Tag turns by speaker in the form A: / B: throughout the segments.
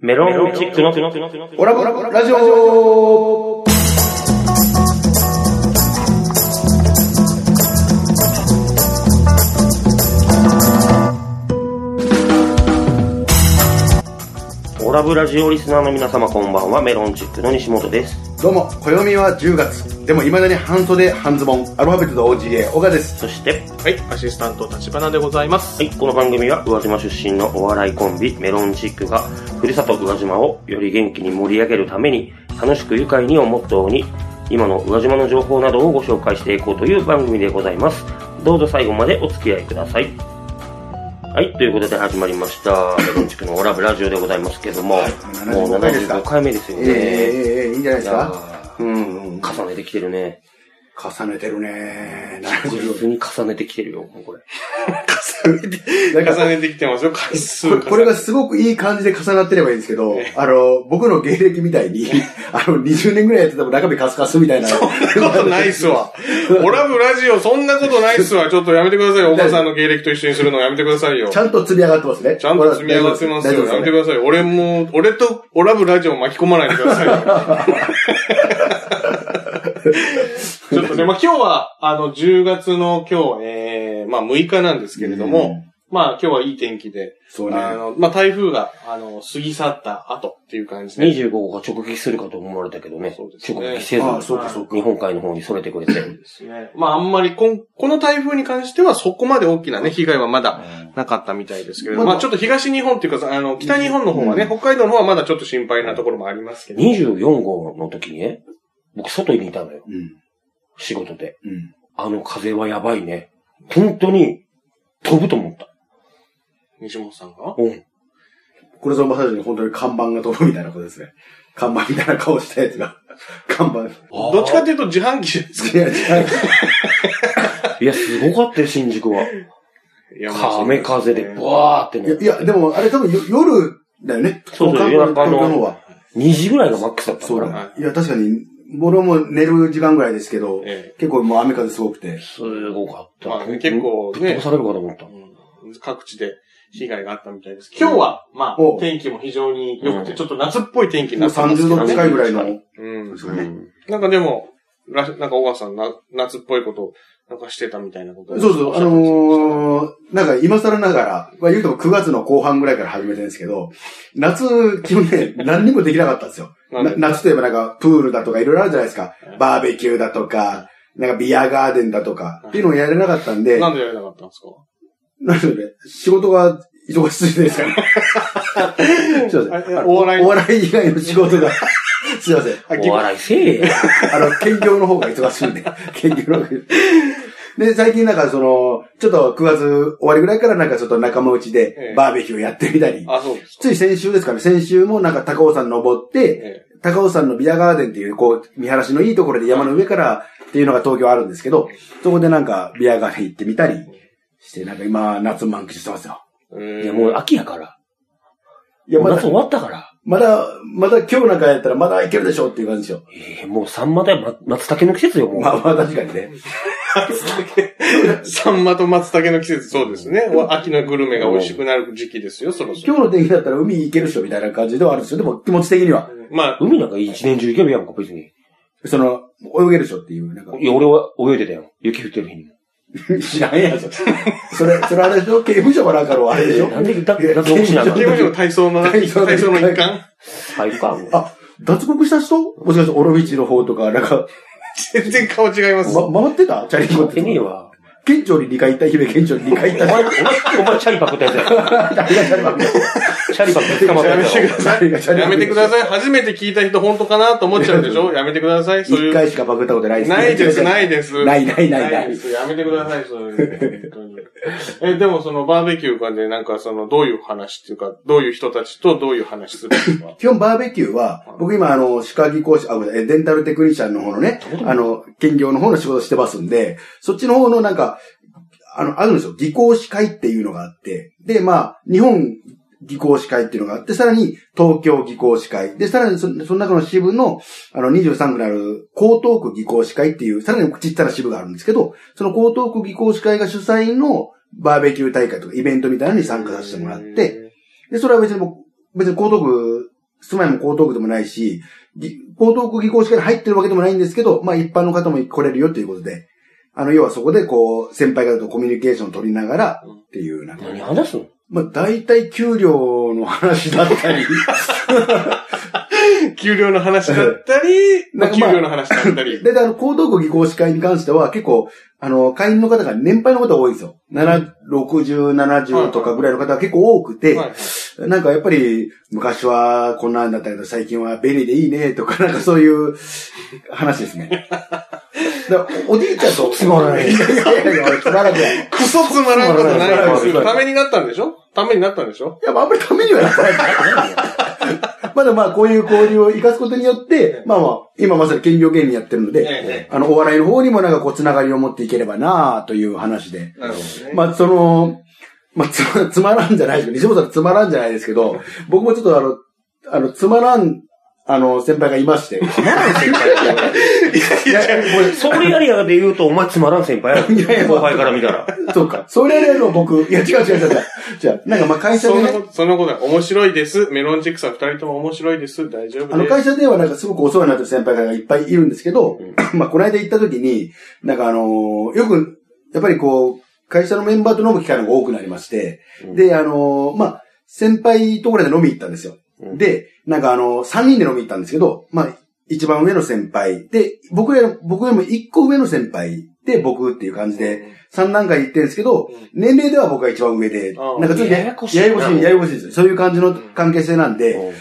A: メロンチックの
B: オラボラジオ
A: オラブラジオリスナーの皆様こんばんは、メロンチックの西本です。
B: どうも、暦は10月。でも未だに半袖、半ズボン。アルファベットと OGA、オガです。
A: そして、
C: はい、アシスタント立花でございます。
A: はい、この番組は宇和島出身のお笑いコンビ、メロンチックが、ふるさと宇和島をより元気に盛り上げるために、楽しく愉快にをモットーに、今の宇和島の情報などをご紹介していこうという番組でございます。どうぞ最後までお付き合いください。はい、ということで始まりました、メロンチックのオラブラジオでございますけども、もう
B: 75回ですか
A: 75回目ですよ
B: えー、
A: ね。
B: えー、いいんじゃないですか
A: うん、うん、重ねてきてるね。
B: 重ねてるね
A: 確
B: 70。
A: 実に重ねてきてるよ、もうこれ。
B: なんか
C: 重ねてきてますよ、回数
B: これこれ
C: が。
B: がすごくいい感じで重なってればいいんですけど
C: え、
B: あの、僕の芸歴みたいに、あの、20年ぐらいやってても中身カスカスみたいな。そん
C: そんなことないっすわ。オラブラジオ、そんなことないっすわ。ちょっとやめてくださいよ。お母さんの経歴と一緒にするのやめてくださいよ。
B: ちゃんと積み上がってますね。
C: ちゃんと積み上がってます
B: 大丈夫です
C: よ。や
B: よ
C: め
B: ね
C: てくださいよ。俺も、俺とオラブラジオを巻き込まないでください よ。ちょっとね、まあ今日は、あの、10月の今日、えー、まあ6日なんですけれども、まあ今日はいい天気で、
B: そう
C: あ
B: ね。
C: の、まあ台風が、あの、過ぎ去った後っていう感じで。
A: 25号が直撃するかと思われたけどね。
C: そうですね
A: 直撃せず、
B: ああ、そうかそうか。
A: 日本海の方にそれてくれて。
C: ですね。まああんまりこん、この台風に関してはそこまで大きなね、被害はまだなかったみたいですけれど、
B: まあ
C: まあちょっと東日本っていうか、あの、北日本の方はね、北海道の方はまだちょっと心配なところもありますけど、
A: 24号の時にね、僕外にいたのよ。
B: うん。
A: 仕事で。
B: うん。
A: あの風はやばいね。本当に、飛ぶと思った。
C: 西本さんが
A: うん。
B: これそのまさに本当に看板が飛ぶみたいなことですね。看板みたいな顔したやつが。看板。
C: どっちかっていうと自販機ですか
B: いや、違う。
A: いや、すごかったよ、新宿は。
C: いやまあ
A: 雨風で、
C: そう
A: わーって
B: いや、
A: ね。
B: いやでもあれ多分よ夜だよね。
A: そうそう
B: 東
A: 夜中の
B: 東京の方は。
A: 2時ぐらいがマックスだった
B: そう
A: か
B: だ、、
A: ら。
C: はい
B: や、確かに、俺も寝る時間ぐらいですけど、
C: え
B: 結構もう雨風すごくて。
A: すごかった。
C: まあね結構
A: ぶ
C: ね
A: っ飛ばされるかと思った
C: です。ねうん各地で被害があったみたいです。今日は、ま
B: お
C: あ、天気も非常に良く
A: うん
C: て、ちょっと夏っぽい天気に
B: もう
C: なってます
B: 30
C: けど
B: 度
C: ね。
B: 近いぐらいの。
C: うん
B: ですかね
A: うん
C: なんかでも、らしなんか小川さんな、夏っぽいこと、なんかしてたみたいなことを
B: そうそう、あ
C: おっしゃってましたね
B: のー、なんか今更ながら、まあ言うても9月の後半ぐらいから始めてるんですけど、夏、基本ね、何にもできなかったんですよ。
C: な
B: なん
C: で
B: 夏といえばなんか、プールだとかいろいろあるじゃないですか。バーベキューだとか、なんかビアガーデンだとか、っていうのをやれなかったんで、
C: な
B: なん
C: でやれなかったんです か
B: ので、仕事が忙しすぎてですから。すいません。
C: あえお笑い
B: お笑い以外の仕事が、すいません。
A: お笑いせえや。
B: あの、兼業の方が忙しいんで、 兼業の方が忙しい。で、最近なんかその、ちょっと9月終わりぐらいからなんかちょっと仲間内
C: え
B: で
C: え
B: バーベキューやってみたり、
C: あ、そうですか。
B: つい先週ですかね、先週もなんか高尾山登って、
C: え
B: 高尾山のビアガーデンっていう、こう、見晴らしのいいところで山の上からっていうのが東京あるんですけど、そこでなんかビアガーデン行ってみたりして、なんか今、夏満喫してますよ。
C: え
A: いや、もう秋やから。
B: いや、ま
A: 夏
B: だ、
A: 終わったから。
B: まだ、まだ今日なんかやったらまだいけるでしょっていう感じですよ。
A: え えもうサンマだよ、ま松茸の季節よ、もう。
B: まあまあ確かにね。
C: サンマと松茸の季節、そうですね。お秋のグルメが美味しくなる時期ですよ、そろそろ。
B: 今日の天気だったら海行けるっしょみたいな感じではあるんですよ。でも気持ち的には。
C: まあ、
A: 海なんか一年中行けるやんか、別に。
B: その、泳げるっしょって いう、なんか。
A: いや、俺は泳いでたよ。雪降ってる日にも。
B: 知らんやん、それ。 それ、それあれでしょ刑務所かなんかのあれでしょ
A: なんでだ
B: いや
A: 脱獄しなあかん
C: 刑務所の体操の、
B: 体
C: 体
B: 操の
C: 操の一環
A: 最高か、もう
B: あ、脱獄した人もしかして、オロビチの方とか、なんか、
C: 全然顔違います。
B: ま、回ってたチャリンコっ
A: やってねえ
B: て。
A: わ。
B: 県庁に2回行った、姫県庁に2回行
A: お
B: った。
A: 前、お前、お前、チャリパクったやつや。
B: 誰がチャリバ ッ
A: チャリパク捕まった
C: やめ
A: や
C: て
A: つ
C: く
A: や。
C: ださ
B: 誰がチャリバ
C: い。や
B: ク
C: めてください。初めて聞いた人本当かなと思っちゃうでしょやめてください。そうい
B: 1
C: う。
B: 回しかバグったことないです。
C: ないです、ないです。
B: ないないないない
C: です。やめてください、そういうの本当に。え、でもそのバーベキューがね、なんかその、どういう話っていうか、どういう人たちとどういう話するんですか
B: 基本バーベキューは、僕今あの、歯科技講師、あ、ごめんなさい、えデンタルテクニシャンの方のね、あの、兼業の方の仕事してますんで、そっちの方のなんか、あの、あるんですよ。技講師会っていうのがあって、で、まあ、日本技講師会っていうのがあって、さらに東京技講師会、で、さらにそその中の支部の、あの、23区にある江東区技講師会っていう、さらにちっちゃな支部があるんですけど、その江東区技講師会が主催のバーベキュー大会とかイベントみたいなのに参加させてもらって、で、それは別にもう別に江東区、住まいも江東区でもないし、ぎ江東区技工士会に入ってるわけでもないんですけど、まあ一般の方も来れるよということで、あの、要はそこでこう、先輩方とコミュニケーションを取りながらっていう、なんか、
A: 何話すの
B: まあ大体給料の話だった り、
C: 給料の話だっ たり、まあ、給料の話だったり。
B: で、あの、江東区技工士会に関しては、結構、あの、会員の方が年配の方が多いんですよ。7 60、70とかぐらいの方が結構多くて、
C: はいはい
B: なんかやっぱり、昔はこんなんだったけど、最近は便利でいいね、とか、なん かそういう話ですね。だからおおじいちゃんと。
D: つまらない
B: いやいやいやいや、俺つまらない。い
C: クソつまらんことない
B: つまらん
C: で
B: こと
C: す
B: ない
C: ためになったんでしょためになったんでしょ
B: や、まああんまりためにはならない。 まだまあ、こういう交流を生かすことによって、まあまあ、今まさに兼業芸人やってるので、
C: え
B: あの、お笑いの方にもなんかこう、つながりを持っていければなあという話で。
C: え。なるほどね。
B: まあ、その、まあ、つ ま、つまらんじゃないですけど、西本さんつまらんじゃないですけ ど、僕もちょっとあの、あの、つまらん、あの、先輩がいま して。
A: つまらん先輩
B: いや、これ
A: ソーリアリアで言うと、お前つまらん先輩やろ。
B: いやいや
A: 後輩から見たら。
B: そうか。それの僕、いや、違う違う違う違う。じゃなんかまあ、会社
C: そ
B: で
C: んな
B: ね、
C: こと、そんなことない。面白いです。メロンチックさん二人とも面白いです。大丈夫です。
B: あの、会社ではなんかすごくお世話になってる先輩がいっぱいいるんですけど、まあ、この間行った時に、なんかあのーよく、やっぱりこう、会社のメンバーと飲む機会の方が多くなりまして、 で、あのーまあ、先輩ところで飲み行ったんですよ。で、なんかあのー、3人で飲み行ったんですけど、まあ、一番上の先輩、で、僕ら、僕よりも一個上の先輩で僕っていう感じで、3段階行ってるんですけど、年齢では僕が一番上で、
C: ああ
B: なんかちょっと
A: ややこしいな
B: ややこしい、ややこしいですよ。そういう感じの関係性なんで、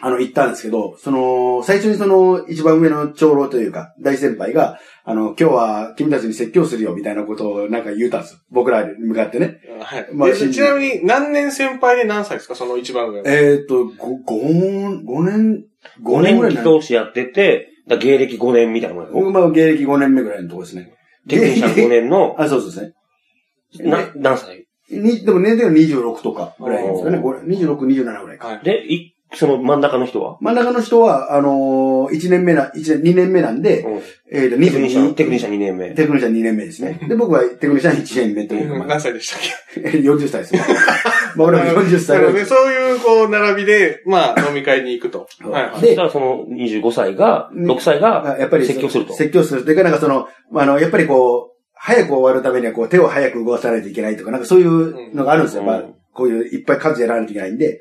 B: あの、行ったんですけど、その、最初にその、一番上の長老というか、大先輩が、あの、今日は君たちに説教するよ、みたいなことをなんか言うたんです。僕らに向かってね。
C: はい。
B: まあ
C: で
B: 新人
C: ちなみに、何年先輩で何歳ですかその一番上は。
B: えっ、と、ご、5、五年、
A: 5年
B: 5年ぐらい
A: 技
B: になる。
A: 同士やってて、だから芸歴5年みたいなもんやろ。
B: 僕、まあ、芸歴5年目ぐらいのとこですね。
A: テクニシャン5年の、
B: あ、そうそうですね。
A: な、何歳
B: に、でも年齢は26とかぐらいですかね。
A: おー
B: これ26、27ぐらいか。
C: はい。
A: で、い、その真ん中の人は
B: 真ん中の人は、あのー、1年目な、一年、2年目なんで、
A: うん
B: えっ、と、
A: テクニシャン、
B: 22。
A: テクニシャン2年目。
B: テクニシャン2年目ですね。で、僕はテクニシャン1年目というか、まあ
C: 何歳でしたっけ
B: 40歳ですよ。まあ、俺は40歳
C: な の
B: ぐらい。
C: で、そういう、こう、並びで、まあ、飲み会に行くと。
B: そう
C: はいはい。
A: そしたらその25歳が、
B: うん
A: 6歳が
B: あやっぱり、
A: 説教すると。
B: 説教する。というか、なんかその、まああの、やっぱりこう、早く終わるためには、こう、手を早く動かさないといけないとか、なんかそういうのがあるんですよ。
A: うん
B: まあ、こういう、いっぱい数やらないといけないんで。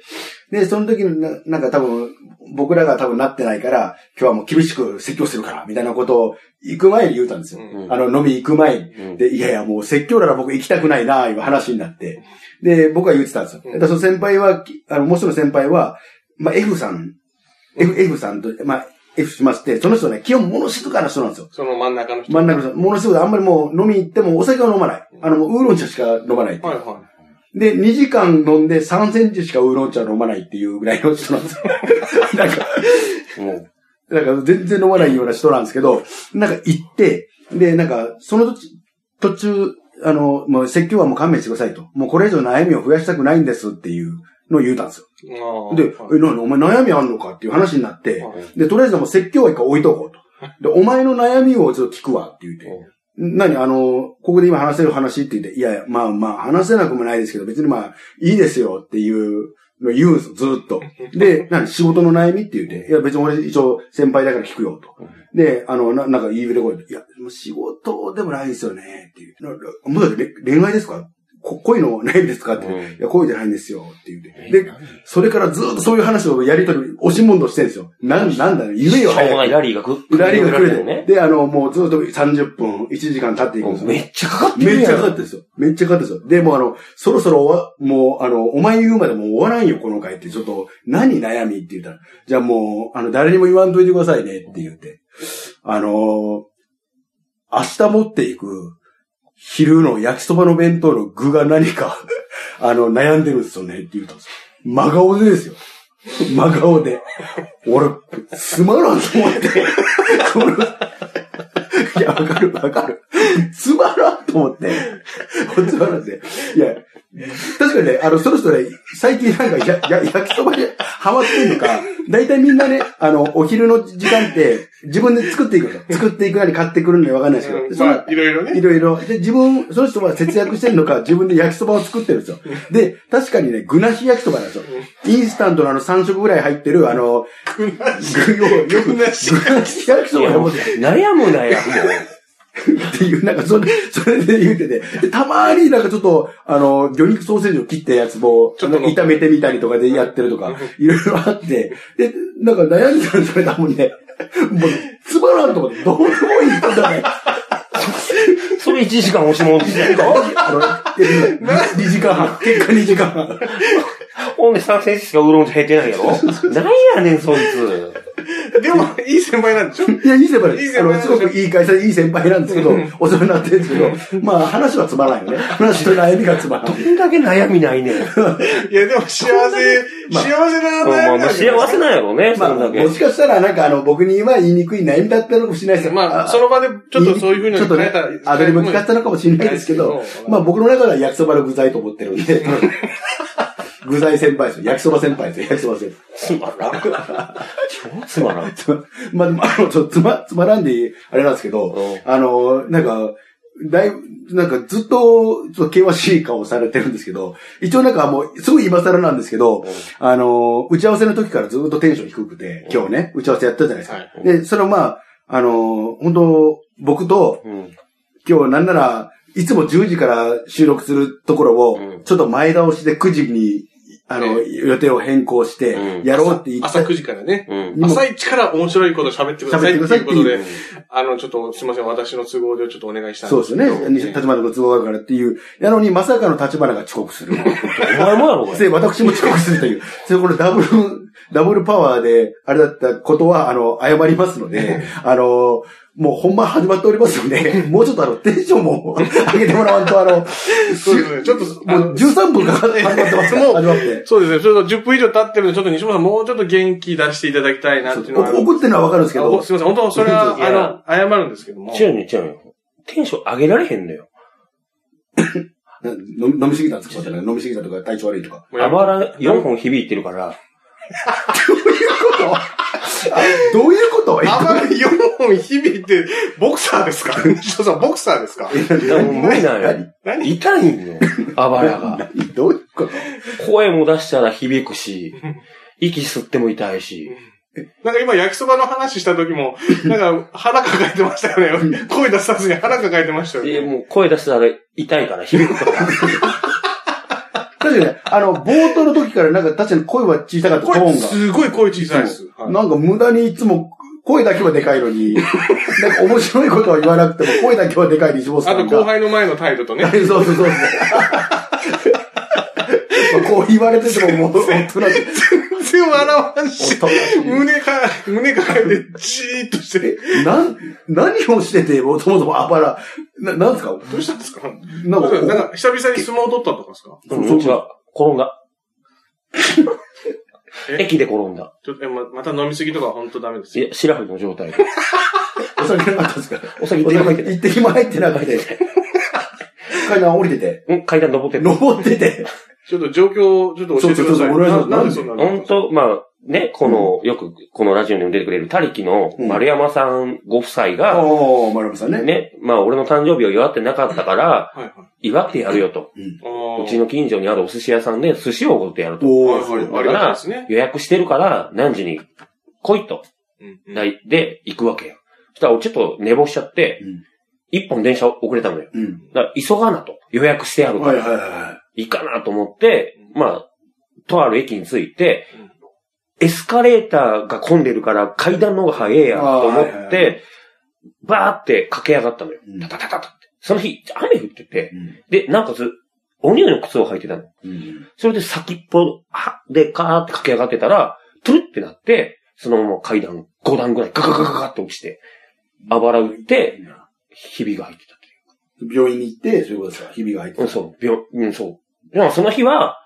B: で、その時にな、なんか多分、僕らが多分なってないから、今日はもう厳しく説教するから、みたいなことを、行く前に言うたんですよ。
A: うん
B: あの、飲み行く前に。
A: うん
B: で、いやいや、もう説教なら僕行きたくないな、いう話になって。で、僕は言ってたんですよ。
C: うん
B: だからその先輩は、きあの、もう一人の先輩は、まあ、F さん、F, F さんと、まあ、F しまして、その人ね、基本物静かな人なんですよ。
C: その真ん中の人。
B: 真ん中の人、物静かで、あんまりもう飲み行ってもお酒は飲まない。あの、もうウーロン茶しか飲まない。
C: はいは
B: で、2時間飲んで3センチしかウーロン茶飲まないっていうぐらいの人なんです よ。なんか、
A: もう
B: なんか全然飲まないような人なんですけど、なんか行って、で、なんか、その途中、途中、あの、もう説教はもう勘弁してくださいと。もうこれ以上悩みを増やしたくないんですっていうのを言うたんですよ。
C: い。ああ
B: で、
C: は
B: え、なにお前悩みあんのかっていう話になって、
C: い
B: で、とりあえずもう説教は一回置いとこうと。で、お前の悩みをちょっと聞くわって言って。何あの、ここで今話せる話って言って、いやいや、まあまあ話せなくもないですけど、別にまあいいですよっていうの言うんですよ、ずーっと。で、何仕事の悩みって言って、いや別に俺一応先輩だから聞くよと。で、あの、ななんか言いふれ声で、いや、もう仕事でもないですよねっていう。ななもうだって恋恋愛ですかこ恋の悩みですかって言って、
A: うん
B: いや、恋じゃないんですよって言って。で、それからずーっとそういう話をやりとり、押し問答してるんですよ。なん、なんだよ、言え
A: し
B: よ、
A: ょう
B: 早
A: も
B: く
A: ないラリーがく
B: ラリーが来
A: よ
B: るで、で、あの、もうずっと30分、1時間経っていくん
A: も
B: です
A: う
B: よ。
A: めっちゃかかってる
B: めっちゃか
A: や
B: かってるんですよ。めっちゃかかってるんですよ。で、もうあの、そろそろ終わ、もう、あの、お前言うまでもう終わらんよ、この回って。ちょっと、何悩みって言ったら。じゃあもう、あの、誰にも言わんといてくださいね、って言って。あのー明日持っていく、昼の焼きそばの弁当の具が何か、あの、悩んでるんですよね、って言ったんですよ。真顔でですよ。真顔で。俺、つまらんと思って。このいや、わかる、わかる。つまらんと思って。つまらんで。いや、確かにね、あの、そろそろね、最近なんかや、や、焼きそばにハマってんのか、だいたいみんなね、あの、お昼の時間って、自分で作っていくんですよ作っていくなり買ってくるのにわかんないですけど、でそ
C: ま
B: の
C: あ、いろいろ
B: い
C: ね。
B: ろいろ。で、自分、その人は節約してるの か、自分で焼きそばを作ってるんですよ。で、確かにね、具なし焼きそばなんですよ。インスタントのあの3食ぐらい入ってる、あの、具をよく、具
C: 具
B: な
C: な
B: し
C: し
B: 焼きそ
A: い
B: ば
A: や、
B: を
A: もう、
B: 持って
A: 悩む悩む。
B: っていう、なんかそれ、それで言うてて、でたまーになんかちょっと、あの、魚肉ソーセージを切ったやつも、
C: ちょっとの
B: 炒めてみたりとかでやってるとか、いろいろあって、で、なんか悩んでたんですよね、多分ね。もう、つまらんと思って、どうでもいいんだね。
A: それ1時間押し戻して。
B: あの、2時間半、結果2時間半。
A: ほんで3センチしかウーロン茶減ってない やろなんやねん、そいつ。
C: でも、いい先輩なんでしょ
B: いや、いい先輩で
C: いい
B: す。あ
C: 先輩
B: の、すごくいい会社でいい先輩なんですけど、お世話になってるんですけど、まあ、話はつまらんよね。話と悩みがつまら
A: ど
B: ん。
A: んだけ悩みないねん。
C: いや、でも幸せ、
B: まあ
C: 幸せな
A: まあ
C: 悩
A: まあ
C: みなん
A: 幸
C: じゃないです
A: せなんやろうね、
B: まあ、
A: そんだけ
B: も。しかしたら、なんか、あの、僕には言いにくい悩みだったのかもしれないです
C: か
B: よ。
C: まあ、その場でちょっとそういうふうに
B: ちょっとね、アドリブ使ったのかもしれないですけど、まあ僕の中では焼きそばの具材と思ってるんで、具材先輩ですよ。焼きそば先輩ですよ。焼きそば先輩。
A: つまらん。超つまらん。
B: つままあでも、あの、ちょっとつま、つまらんで、あれなんですけど
A: うん、
B: あの、なんか、だいぶ、なんかずっと、ちょっと険しい顔されてるんですけど、一応なんかもう、すごい今更なんですけど、あの、打ち合わせの時からずっとテンション低くて、今日ね、打ち合わせやったじゃないですか
C: は。い
B: で、それをまあ、あの、本当僕と、
A: うん。
B: 今日なんなら、いつも10時から収録するところ
A: う
B: を
A: ん、
B: ちょっと前倒しで9時に、あの、
C: え
B: 予定を変更して
A: う、ん
B: やろうって言った
C: 朝9時からね。
A: うん。
B: にも
C: 朝一から面白いこと喋ってくださいっていうこ
B: 喋っ
C: と
B: て
C: で、あの、ちょっとすみません、私の都合でちょっとお願いしたん
B: そうですよね。
C: けど
B: 立花の都合があるからっていう。なのに、まさかの立花が遅刻する。
A: お前もやろ、これ。
B: で、私も遅刻するという。それこれダブル、ダブルパワーで、あれだったことは、あの、謝りますので、あの、もう本番始まっておりますの で、もうちょっとあの、テンションも上げてもらわんと、あの、
C: そうですね、ちょっと、あ
B: もう
C: の
B: 13分かかって始まって ますから
C: もう
B: 始まって。
C: そうですね、ちょっと10分以上経ってるんで、ちょっと西本さんもうちょっと元気出していただきたいなっていうのは。
B: お怒ってるのはわかるんですけ
C: あお
B: ど、
C: すみません、本当それ
A: いやいや
C: は、あの、謝るんですけども。
A: 違うね、違うね。テンション上げられへんのよ。
B: な飲飲みすぎたんですかとか飲みすぎたとか体調悪いとか。
C: もう
A: あ
C: や
A: ばら4本響いてるから。
B: どういうことあどういう こと
C: あばら4本響いて、ボクサー ですか西本さん、ボクサーですか
A: だからもう無理なんよ。
C: 何
A: 痛いんよ。あばら が。
B: どういうこと
A: 声も出したら響くし、息吸っても痛いし。
C: なんか今焼きそばの話した時 も、なんか腹抱えてましたよね。声出さずに腹抱えてましたよ
A: で、
C: ね。
A: もう声出したら痛いから響くから。
B: 確かにね、あの、冒頭の時からなんか確かに声は小さかった、ト
C: 声、
B: ーン
C: すごい声小さい
B: が。
C: です。はい
B: なんか無駄にいつも声だけはでかいの に、なんか面白いことは言わなくても声だけはでかい西本さ
C: あと
B: ん
C: 後
B: が。
C: 輩の前の態度と ね。
B: そうそうそうそう。こう言われてて ももう大人しい。
C: 全然笑わんし、
B: 大人しい
C: 胸か、胸抱えてじーっとして。
B: なん、何をしてて、もともともあばら、な、なんですか
C: どうしたんですか
B: なんかこう、
C: なんか久々に相撲を取ったとかですか
A: う、
B: そうんそう
A: 違う。転んだ。
C: え
A: 駅で転んだ。
C: ちょっと、え、ままた飲みすぎとか本当ダメです
A: い
C: よ。
A: や、白髪の状態で。
B: お酒なかったんですか
A: お酒一滴も入ってない。
B: 一滴も入ってなくて。階段降りてて。
A: うん、階段登ってる。
B: 登ってて。
C: ちょっと状況、ちょっと教えてください。
B: そうそうそうお願いします
C: ななんでそんなの
A: 本当まあ、ね、この、よく、このラジオにも出てくれる、他力の丸山さんご夫妻が、
B: おー、丸山さんね。
A: ね、まあ、俺の誕生日を祝ってなかったから、
C: はいはい。
A: 祝ってやるよと。
C: ああ。
A: うちの近所にあるお寿司屋さんで寿司をおごってやると。
B: お
C: はい
B: ー、そう
C: はい。ありがたいですね。
A: 予約してるから、何時に来いと。
C: うんうん
A: ないで、行くわけよ。そしたら、俺ちょっと寝坊しちゃって
B: うん、
A: 一本電車遅れたのよ。
B: うん。
A: だから、急がなと。予約してあるから
B: はいはいはい
A: いかなと思って、まあ、とある駅に着いて
C: う、
A: エスカレーターが混んでるから階段の方が早いやと思
B: あーはい
A: っ
B: はいは
A: て、バーって駆け上がったのよ。
B: い。
A: タタタタタって。その日、雨降ってて、で、なおかつ、おにゅうの靴を履いてたの。
B: うん。
A: それで先っぽはでカーって駆け上がってたら、トゥルってなって、そのまま階段5段ぐらいガガガガガって落ちて、あばら打って、ひびが入ってたってい
B: 病院に行って、そういうことですか。ひびが入って
A: う。うん、そう、病、うん、そう。でもその日は、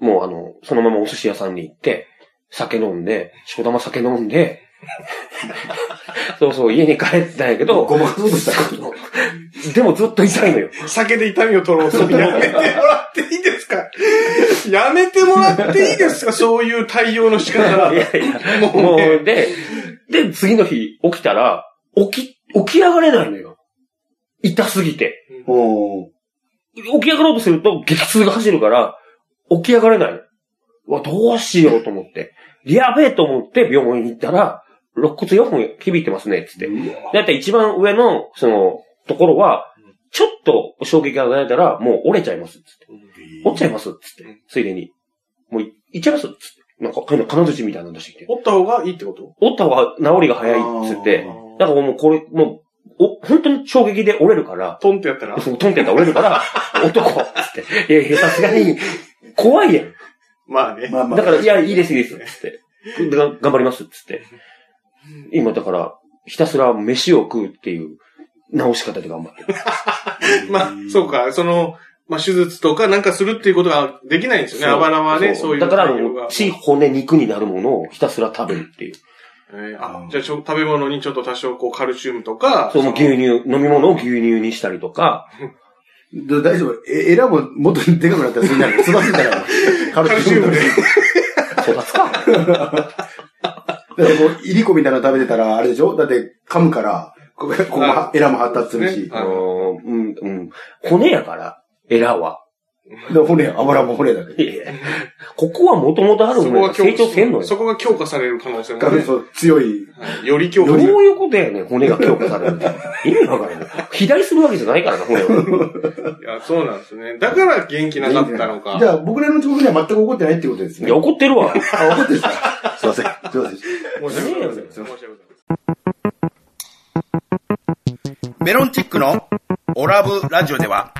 A: もうあの、そのままお寿司屋さんに行って、酒飲んで、しこたま酒飲んで、そうそう、家に帰ったんやけど、
B: ごまかそうとした。
A: でもずっと痛いのよ。
C: 酒で痛みを取ろうとみんなやめてもらっていいです やめてもらっていい ですかそういう対応の仕方。
A: い
C: い
A: やいや、もう、で、で、次の日起きたら、起き、起き上がれないのよ。痛すぎて。
B: おー
A: 起き上がろうとすると激痛が走るから、起き上がれないの。うわ、どうしようと思って。やべえと思って病院に行ったら、肋骨4本響いてますね、つって。だいたい一番上の、その、ところは、ちょっと衝撃が与えたら、もう折れちゃいます、つって。折っちゃいます、つって。ついでに。もうい、いっちゃいます、つって。なんか、金槌みたいなの出してきて。
C: 折った方がいいってこと
A: 折った方が治りが早いっつって、だからもうこれ、もう、お、本当に衝撃で折れるから、
C: トンってやったら。
A: そのトンってやったら折れる から、男っつって、いやいや、さすがに、怖いやん。
C: まあね。
B: まあまあ。
A: だから、いや、いいです、いいです、つって。でが頑張ります、つって。今、だから、ひたすら飯を食うっていう、治し方で頑張ってる。
C: まあ、そうか、その、まあ、手術とかなんかするっていうことができないんですよね。
A: そう
C: あばらはね、そういう
A: だから、
C: 対応
A: も
C: が
A: う。血、骨、肉になるものをひたすら食べるっていう。
C: えーあ、じゃあちょ、食べ物にちょっと多少こう、カルシウムとか。
A: そう、もう牛乳、飲み物を牛乳にしたりとか、
B: だ大丈夫。え、エラももっとでかくなったらするんじゃないつばすんじゃないのカ
C: カルシウムで。
A: 育つか。
B: だってこう、いりこみたいなの食べてたら、あれでしょだって噛むから、こここ
C: は
B: がエラも発達するし。
C: ねあ
A: うん、うん。骨やから、エラは。
B: で骨、油も骨だけど。
A: いやいやここはもともとある
C: そ
A: も
C: こ
A: の
C: が
A: が
C: 強
A: 成
C: 化
A: 長せんのよ。
C: そこが強化される可能性も
B: ガル
C: ね。
B: ソ強い。
C: はいより強
A: ど
C: 化
A: う
C: される。
A: いうことやねん、骨が強化されるって。意味わからない。肥大するわけじゃないからな、骨は。
C: いや、そうなんですね。だから元気なかったの
B: じ
C: か。
B: ゃあ、僕らの遅刻には全く怒ってないってことです
A: い
B: ね。
A: や、怒ってるわ。
B: あ、怒ってるんで すかすいません。すいません。
C: 申し訳ございません。申し訳ございません。
D: メロンチックのオラブラジオでは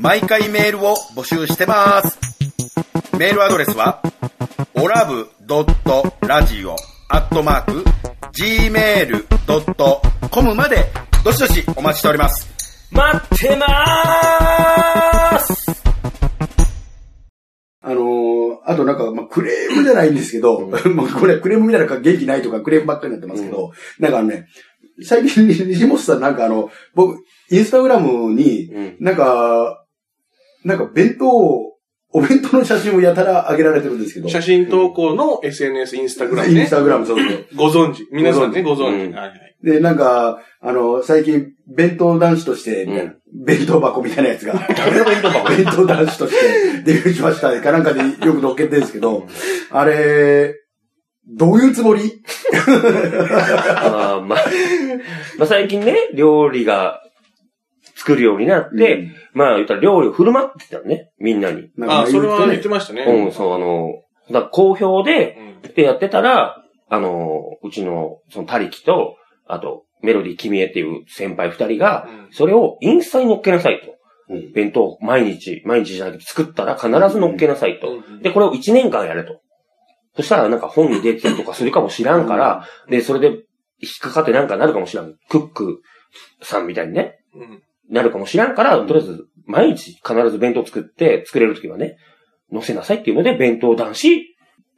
D: 毎回メールを募集してます。メールアドレスはオラブドットラジオアットマーク gmail.com までどしどしお待ちしております。
A: 待ってまーす
B: あのー、あとなんか、まあ、クレームじゃないんですけど、 まあ、これクレームみたいなのか元気ないとかクレームばっかりになってますけど、なんかね、最近、西本さんなんかあの、僕、インスタグラムに
A: うん、
B: なんか、なんか弁当を、お弁当の写真をやたら上げられてるんですけど、
C: 写真投稿の SNS、インスタグラム
B: イン
C: ね
B: ス。タグラム、そうそう。
C: ご存知。皆さんね、ご
A: 存知
C: 存
A: うん
C: 知。はいはい。
B: で、なんか、あの、最近、弁当男子として、みたいな、弁当箱みたいなやつが、
A: 誰の弁当箱
B: 弁当男子としてデビューしました。かなんかでよく乗っけてるんですけど、あれ、どういうつもり
A: あーまあ、まあ最近ね、料理が作るようになって、
B: うん
A: まあ言ったら料理を振る舞ってたのね、みんなに。
B: なんか
C: あ、それは言って
B: ね
C: ましたね。
A: うん、そう、あの、だから好評で、
C: うん
A: ってやってたら、あの、うちの、その、たりきと、あと、メロディー君へっていう先輩二人が、
C: うん
A: それをインスタに乗っけなさいと。
B: うん
A: 弁当を毎日、毎日じゃなくて作ったら必ず乗っけなさいと。
C: うん
A: で、これを一年間やれと。そしたらなんか本に出てたりとかするかもしらんから、で、それで引っかかってなんかなるかもしらん。クックさんみたいにね、
C: うん
A: なるかもしらんから、とりあえず毎日必ず弁当作って、作れるときはね、乗せなさいっていうので、弁当男子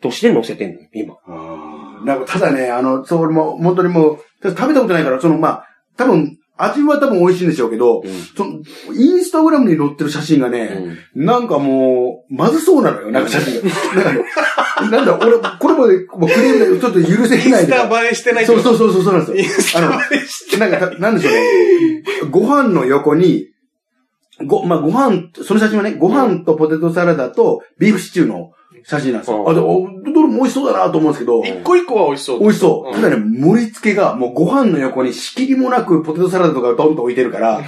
A: として乗せてんの、今。
B: あーなんかただね、あの、それも、本当にもう、食べたことないから、その、まあ、多分、味は多分美味しいんでしょうけど、
A: うん
B: その、インスタグラムに載ってる写真がね、なんかもう、まずそうなのよ、なんか写真が。なんかね、なんだ、俺、これもね、もうクレームだけど、ちょっと許
C: イ
B: せ
C: ン
B: ない
C: ス
B: とか
C: タ映えしてない。
B: そうそううそうそう、そうなん
C: イ
B: で
C: ンス
B: すよ。あの
C: タ映えして、
B: なんかた、なんでしょうね。ご飯の横に、ご、まあ、ご飯、その写真はね、ご飯とポテトサラダとビーフシチューの写真なんですよ。
A: うん
B: あ、でおどれも美味しそうだなと思うんですけど、
C: 一個一個は美味しそう。
B: 美味しそうう。
C: ん
B: ただね、盛り付けがもうご飯の横に仕切りもなくポテトサラダとかドンと置いてるから、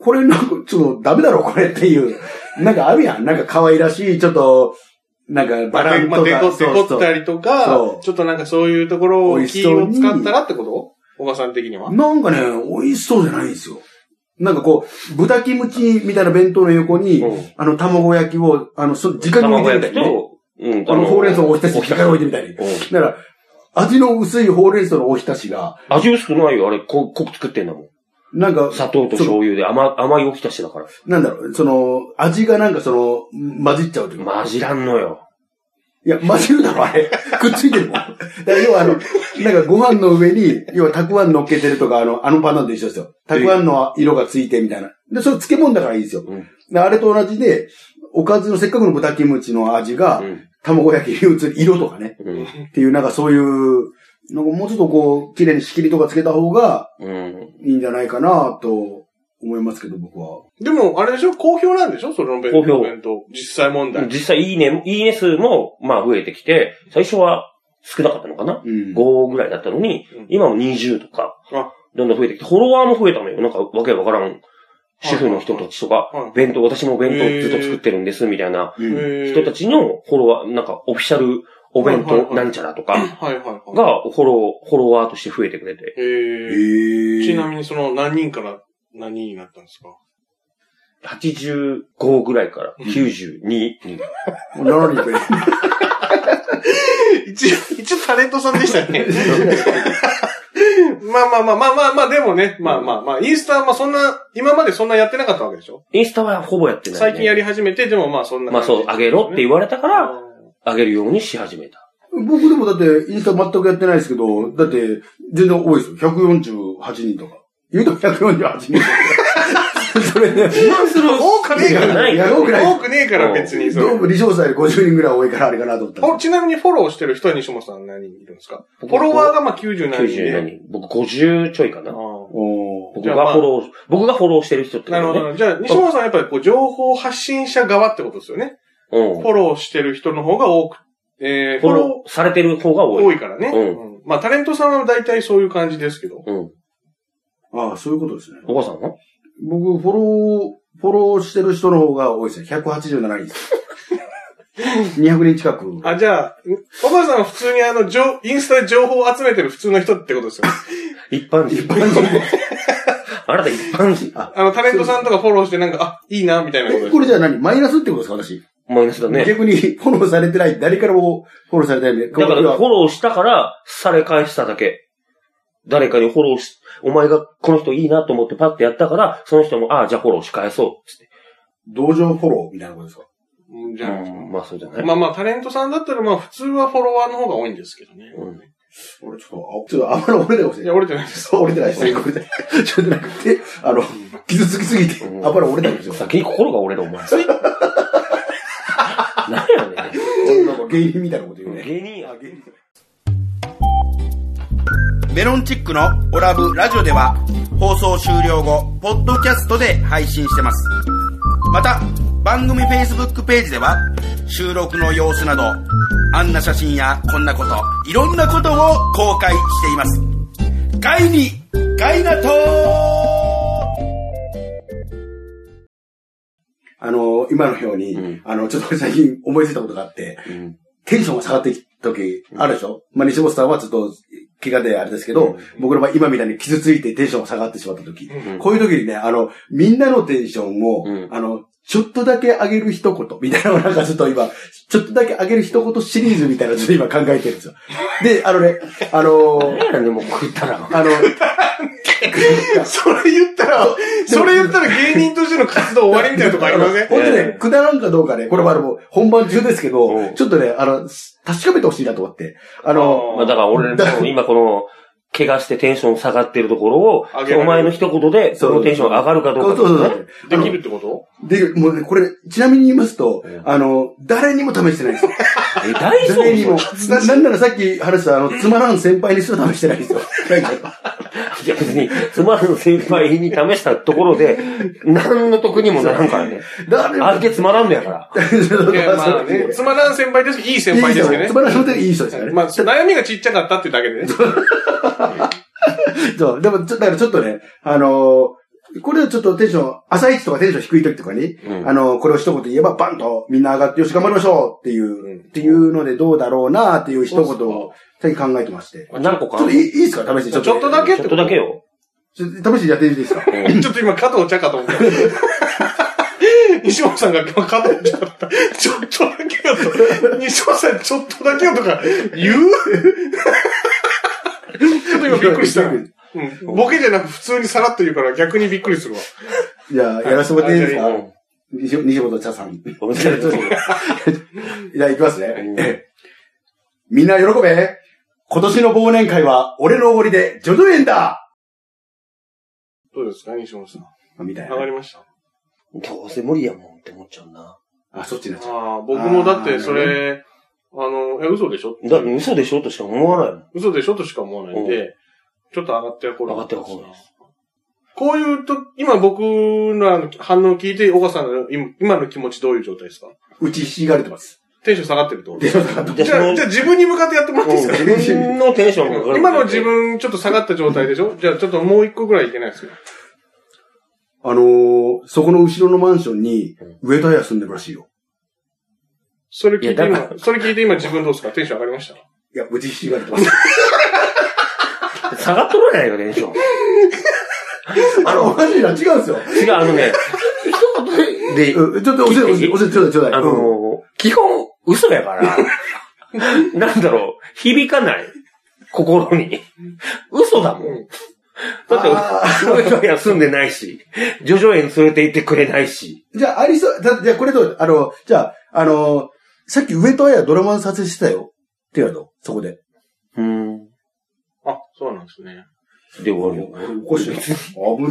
B: これなんかちょっとダメだろ、これっていう。なんかあるやん。なんか可愛らしい、ちょっと、なんかバラン
C: まあ
B: と
C: で
B: か。
C: まあデコ、
B: そう
C: デコ
B: そ
C: っ
B: う
C: たりとか
B: そう、
C: ちょっとなんかそういうところを
B: 美味し
C: 気
B: そう
C: を
B: に
C: 使ったらってことおばさん的には。
B: なんかね、美味しそうじゃないんですよ。なんかこう、豚キムチみたいな弁当の横に、
A: うん
B: あの、卵焼きを、あの、そ時間に置い
A: 卵
B: てる
A: 焼
B: みた
A: き
B: いにね。
A: と、うん
B: あの、ほうれん草のおひたし、
A: お
B: 時間に置いてみたいに。だ
A: うん
B: から、味の薄いほうれん草のおひたしが、
A: 味薄くないよ、あれ、こ濃く作ってんだもん。
B: なんか、
A: 砂糖と
B: その
A: 醤油で甘、甘いおひたしだから。
B: なんだろう、その、味がなんかその、混じっちゃうというか。
A: 混じらんのよ。
B: いや、混じるだろ、あれ。 くっついてるもん。だから要はあの、なんかご飯の上に、要はたくあん乗っけてるとか、あの、あのパンなんと一緒ですよ。たくあんの色がついてみたいな。で、それ漬物だからいいですよ。
A: うん
B: であれと同じで、おかずのせっかくの豚キムチの味が、
A: うん
B: 卵焼きに移る色とかね、
A: うん
B: っていうなんかそういう、なんかもうちょっとこう、綺麗に仕切りとかつけた方が
A: うん。
B: いいんじゃないかなと思いますけど、僕は。
C: でも、あれでしょ好評なんでしょその弁
A: 好評
C: 当。弁当。実際問題。
A: 実際、いいね、いいね数も、まあ、増えてきて、最初は少なかったのかな
B: うん。
A: 5ぐらいだったのに
C: うん、
A: 今も20とか
C: あ、
A: どんどん増えてきて、フォロワーも増えたのよ。なんかわけわからん主婦の人たちとか
C: はいはいはい、
A: 弁当、私も弁当ずっと作ってるんです、みたいな
B: うん
C: へー
A: 人たちのフォロワー、なんかオフィシャルお弁
C: はいはいは
A: 当
C: い
A: なんちゃらとか
C: はいはいはい。
A: がフォロー、フォロワーとして増えてくれて。
B: え
C: へえ。ちなみにその何人から何人になったんですか
A: 85ぐらいから92に。
B: に。7人増えた
C: 一応、一応タレントさんでしたね。まあまあまあまあまあまあ、でもね、まあまあまあ、インスタはまあそんな、今までそんなやってなかったわけでしょ
A: インスタはほぼやってない、ね。
C: 最近やり始めて、でもまあそんな
A: ま
C: 感
A: あ
C: じ。
A: そう、あげろって言われたか
C: た
A: ら、あげるようにし始めた。
B: 僕でもだって、インスタ全くやってないですけど、だって、全然多いですよ。148人とか。言うと148人。それで、
C: 多くねえから
A: ない
B: や多くない
C: 多くねえから別にそれ
B: どうも、理想者より50人ぐらい多いからあれかなと思ったん
C: おちなみにフォローしてる人は西本さん何人いるんですかフ
A: 僕
C: ォロワーがまあ90何人
A: 97
C: で。
A: 人。僕50ちょいかな。
C: あ
B: おー
A: 僕がフォロー、僕がフォローしてる人って
C: あ
A: こ
C: なるほ
A: とね。
C: ど。じゃあ、西本さんはやっぱりこう、情報発信者側ってことですよね。
A: うん。
C: フォローしてる人の方が多く、えー、
A: フ
C: フ
A: ォ
C: ォ
A: ロ
C: ロ
A: ーされてる方が
C: ー
A: 多い。
C: 多いからね。
A: うん
C: うんまあ、タレントさんは大体そういう感じですけど。
A: うん。
B: ああ、そういうことですね。
A: お母さんは
B: 僕、フォロー、フォローしてる人の方が多いですね。187人です。200人近 く。
C: あ、じゃあ、お母さんは普通にあの、じょインスタで情報を集めてる普通の人ってことですよね。
A: 一般人。一般人。あなた一般人。
B: あ、
C: あの、タレントさんとかフォローしてなんか、あ、いいな、みたいなこと
B: え
C: です
B: こ。れじゃあ何マイナスってことですか、私。
A: マイナスだね。
B: 逆に、フォローされてない。誰からもフォローされてないんで。
A: だから、フ
B: こ
A: ォローしたから、され返しただけ。誰かにフォローし、お前がこの人いいなと思ってパッてやったから、その人も、ああ、じゃあフォローし返そうっつって。
B: 同情フォローみたいなことですか
C: うんじゃないですか
A: うんまあそうじゃない。
C: まあまあ、タレントさんだったらまあ、普通はフォロワーの方が多いんですけどね。
A: うん
B: 俺ちょっと、あちょっとあんまり折れてない
C: いや、折れてないです。
B: そう、折れてないですね。折れてない。ちょっとなくて、あの、傷つきすぎて、
A: うん
B: あんまり折れてないんですよ。
A: 先に心が折れる、お 前。何やねん。
B: 芸人みたいなこと言うね。
A: 芸人や。
D: メロンチックのオラブラジオでは放送終了後、ポッドキャストで配信してます。また、番組 Facebook ページでは収録の様子など、あんな写真やこんなこと、いろんなことを公開しています。ガイに、ガイナトー
B: あの、今のように、
A: うん
B: あの、ちょっと最近思いついたことがあって、
A: うん。
B: テンションが下がってきた時、あるでしょ、まあ、西本さんはちょっと、怪我であれですけど、僕の場合今みたいに傷ついてテンションが下がってしまった時、
A: ん
B: こういう時にね、あの、みんなのテンションを、
A: うん
B: あの、ちょっとだけ上げる一言みたいなのをなんかちょっと今、ちょっとだけ上げる一言シリーズみたいなのをちょっと今考えてるんですよ。で、あのね、あの
A: 何やねん、もう食ったら。
B: あの、
C: それ言ったら、それ言ったら芸人としての活動終わりみたいなとこありま せん
B: 本当
A: え
B: ね、くだらんかどうかね、これはあの、本番中ですけ
A: う
B: ど、
A: ん
B: ちょっとね、あの、確かめてほしいなと思って。あの、
A: まあだから俺も今この、怪我してテンション下がってるところを
C: 上げられ、る
A: お前の一言で、そのテンション上がるかど
B: そうう
A: か
B: そうそ
A: だね
B: う。
C: できるってこと
B: で、もうね、これ、ちなみに言いますと、あの、誰にも試してないんですよ。
A: え、大丈
B: 誰にも
A: 夫。
B: なんならさっき話した、あの、つまらん先輩にすら試してないんですよ。なんか
A: いや別に、つまらん先輩に試したところで、何の得にもならんからね。
B: 誰
A: あ
B: も
A: れでつ まらんのやから。
C: いや、まあね、つまらん先輩ですけど、いい先輩ですよ
B: いい人
C: ね
B: つ。まらん先輩いい人ですよね。
C: まあ、悩みがちっちゃかったってだけでね。
B: そう、でもちょ、だからちょっとね、あのーこれはちょっとテンション、朝一とかテンション低い時とかに、
A: うん
B: あのーこれを一言言えば、バンとみんな上がって、よし、頑張りましょうっていう、っていうのでどうだろうなっていう一言を、最近考えてまして。
A: 何個
B: ちょ
A: か
B: っ。といいいいですか試して、ちょっと。
C: ちょっとだけ
A: ちょっとだけよ。
B: ちょっと試してやっていいですか
C: ちょっと今、加藤茶かと思った。 西本さんが今、加藤茶だった。ちょっとだけよと。西本さん、ちょっとだけよとか言う ちょっと今びっくりした。 うん、ボケじゃなく普通にさらっと言うから逆にびっくりするわ。
B: じゃあ、やらせてもらっていいですか
A: はいうん
B: 西西本茶さん。
A: ごめんなさい。
B: じゃあ、いきます
A: うん
B: ね。みんな喜べ今年の忘年会は、俺のおごりで、ジョジョ園だ
C: どうですか、西本さん。
B: みたいな
C: 上。がりました。
A: どうせ無理やもんって思っちゃうな。
B: あ、そっちになっちゃう。
C: ああ、僕もだってそれ、あの、え、嘘でしょ
A: だって嘘でしょとしか思わない
C: 嘘でしょとしか思わないんで、ちょっと上がってはこ
A: もん。
C: な
A: 上が
C: い。
A: ってはこないです。
C: こういうと、今僕らの反応を聞いて、小川さんの今今の気持ちどういう状態ですか
B: うちひしがれてます。
C: テンション下がってるってこと
B: で、
C: じゃ
B: だから
C: あ、じゃあ自分に向かってやってもらっていいですか
A: うん自分のテンションが上がる
C: 今の自。分ちょっと下がった状態でしょじゃあちょっともう一個ぐらいいけないですよ。
B: あのー、そこの後ろのマンションに、上田屋住んでるらしいよ。
C: それ聞いて
A: いやだか
C: 今、それ聞いて今自分どうですかテンション上がりました
B: いや、うちひしがれてます。
A: 下がっとるじゃないか、テンション。
B: あの、おかしいな、違うんですよ。
A: 違う、あのね、一言で、
B: うんちょっと、教えて、教えて、ちょうだい、ちょうだい。
A: あの
B: うん
A: ー、基本、嘘やから、なんだろう、響かない。心に。嘘だもん。だ
B: あ
A: って、俺は休んでないし、叙々苑連れて行ってくれないし。
B: じゃあ、ありそう、だじゃあ、これどうあの、じゃあ、あのー、さっき上戸彩ドラマの撮影してたよ。ってやるのそこで。
A: うん。
C: あ、そうなんですね。
A: で、終わ
B: おかしいな。危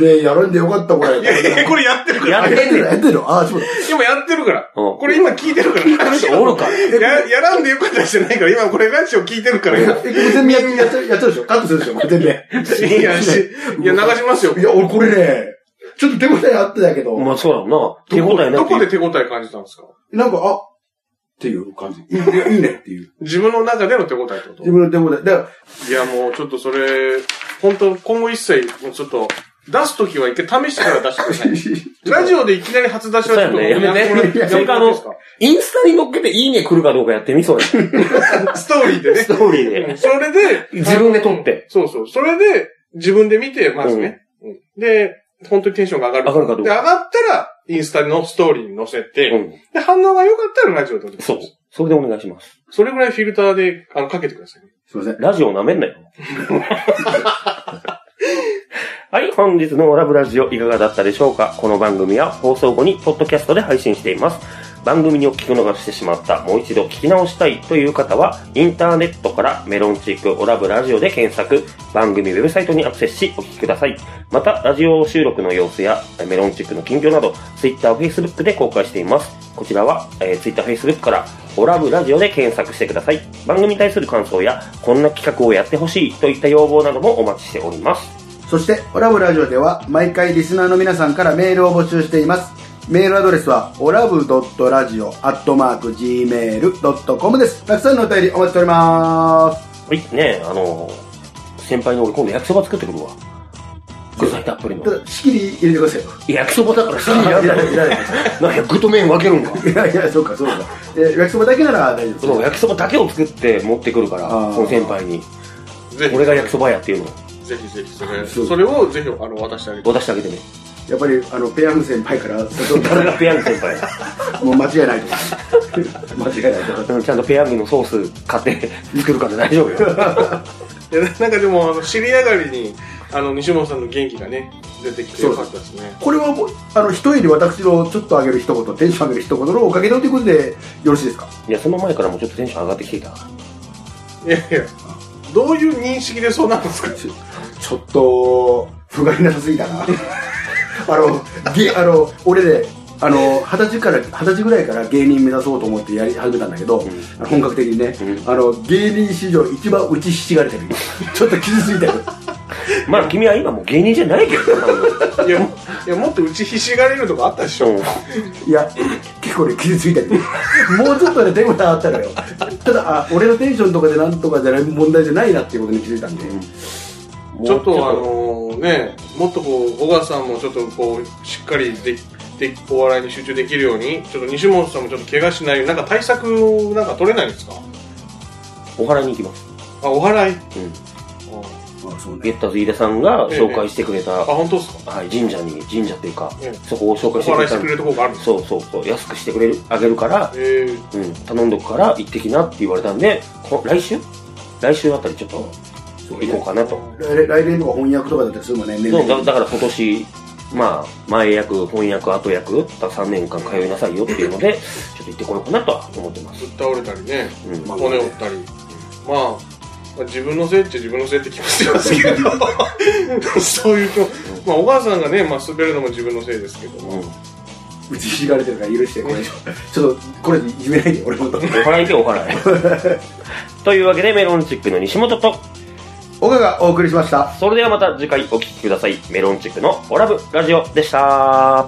B: ねえ、やらんでよかった、これ。
C: いやい や、これやってるか
A: り。や
C: ら
A: っ。てんねん。
B: やってるのああ、そうだ。
C: 今やってるから。
A: うん
C: これ今聞いてるから。
A: この人おるから。
C: や、やらんでよかったじゃないから、今これラジオ聞いてるから、今。
B: え、これ全部やっやっちゃうやっちゃうでしょカットするでしょこれ全部。
C: いや、し、いや、流しますよ。
B: いや、俺これね、ちょっと手応えあったんだけど、
A: まあ、そうだろうな。手応えな
C: ど
A: く
C: こ
A: て
C: で。手応え感じたんですか
B: なんか、あ、っていう感じ。いいいいねっていう。
C: 自分の中での手応えってこと
B: 自分の手応え。だから、
C: いや、もうちょっとそれ、本当今後一切、もうちょっと、出すときは一回試してから出してく だ さい。ラジオでいきなり初出しはちょっと
A: そうやねやめて
C: もらって
A: いや
C: やめてもらっていいですか
A: インスタに乗っけていいね来るかどうかやってみそうや。ス
C: ストーリーでね。
A: トーリーで。
C: それで、
A: 自分で撮って。
C: そうそう。それで、自分で見て、まずね。うんで、本当にテンションが上がる。
A: 上がるかどうか
C: で、上がったら、インスタのストーリーに載せて、
A: うん。
C: で、反応が良かったらラジオでお願いします
A: そう。それでお願いします。
C: それぐらいフィルターで、あの、かけてくださいね。
B: すいません。
A: ラジオ舐めんなよ。はい、本日のオラブラジオいかがだったでしょうかこの番組は放送後にポッドキャストで配信しています。番組にお聞き逃してしまった、もう一度聞き直したいという方は、インターネットからメロンチックオラブラジオで検索、番組ウェブサイトにアクセスしお聞きください。また、ラジオ収録の様子やメロンチックの近況など、Twitter、Facebook で公開しています。こちらは、えー、Twitter、Facebook から、オラブラジオで検索してください。番組に対する感想や、こんな企画をやってほしいといった要望などもお待ちしております。
B: そして、オラブラジオでは、毎回リスナーの皆さんからメールを募集しています。メールアドレスは、オラブドットラジオアットマーク Gmail.com です。たくさんのお便りお待ちしております。
A: はい、ねえ、あの先輩の俺今度焼きそば作ってくるわ。具材たっぷりの
B: た。だ、仕切り入れてくださいよ。
A: いや焼きそばだからさ、
B: いやいやいやいや
A: なんや具と麺分けるんか。
B: いやいや、そうか、そうか。えー、焼きそばだけなら大丈夫です
A: そ。の焼きそばだけを作って持ってくるから、
B: あー
A: その先輩に。
C: ぜひ。
A: 俺が焼きそばやっていうのを
C: ぜひぜひ、それ、
B: そう
C: それをぜひ、あの、渡してあげて。
A: 渡してあげてね。
B: やっぱり、あの、ペヤング先輩から、それ
A: 誰がペヤング先輩
B: をもう間違いないと 思う。間違いないと思う。
A: うんちゃんとペヤングのソース買って 作るから大丈夫よ。
C: いやなんかでも、あの、知り上がりに、あの、西本さんの元気がね、出てきてよかったですね。
B: これはもう、あの、一重に私のちょっと上げる一言、テンション上げる一言のおかげだということで、よろしいですか
A: いや、その前からもうちょっとテンション上がってきていた。
C: いやいや、どういう認識でそうなるん ですか
B: ちょちょっと、不甲斐なさすぎたな。 あの、げあの、俺ね、あの、二十歳から、二十歳ぐらいから芸人目指そうと思ってやり始めたんだけど、あの本格的にね、あの、芸人史上一番打ちひしがれて る。ちょっと傷ついてる。
A: まあ、君は今もう芸人じゃないけどね、多 分
C: いや、いや、もっと打ちひしがれるとかあったでしょ
A: うん
B: いや、結構ね、傷ついたり、もうちょっとね、手応えあったのよ。ただ、あ、俺のテンションとかでなんとかじゃない問題じゃないなっていうことに気づいたんで。
A: もう
C: ちょっとあのね、もっとこう、小川さんもちょっとこう、しっかりで、で、お笑いに集中できるように、ちょっと西本さんもちょっと怪我しないように、なんか対策をなんか取れないんですか
A: お祓いに行きます。
C: あ、お笑い。
A: うん
B: あそう
A: ゲ
B: ね。
A: ッターズ飯田さんが紹介してくれた、
C: あ、本当ですか
A: はい、神社に、神社っていうか、
C: ええ
A: そこを紹
C: お
A: 介してく
C: 笑
A: れ
C: いして
A: た
C: くれるとこがあるんですか
A: そうそうそう、安くしてくれる、あげるから、
C: えー、
A: うん、頼んどくから行ってきなって言われたんで、こ来週来週あたりちょっと
B: そう
A: 行こうかなと。
B: 来来年とか翻訳とかだったりするもんね、年
A: そう
B: 齢
A: だだから今年、まあ、前役、翻訳、後役、3年間通いなさいよっていうの で、ちょっと行ってこようかなとは思ってます
C: ぶ。っ倒れたりね、
A: うん
B: まあ
C: 骨折ったり。まあ、まあ自分のせいっちゃ自分のせいって気もします けど、そういう気もまあ、小川さんがね、まあ、滑るのも自分のせいですけども、
A: うん
B: 打ちひしがれてるから許して、 これ、ちょっと、これ言えないで、俺もと。
A: お払いでお払い。 というわけで、メロンチックの西本と、
B: 岡がお送りしました。
A: それではまた次回お聴きください。メロンチックのオラブラジオでした。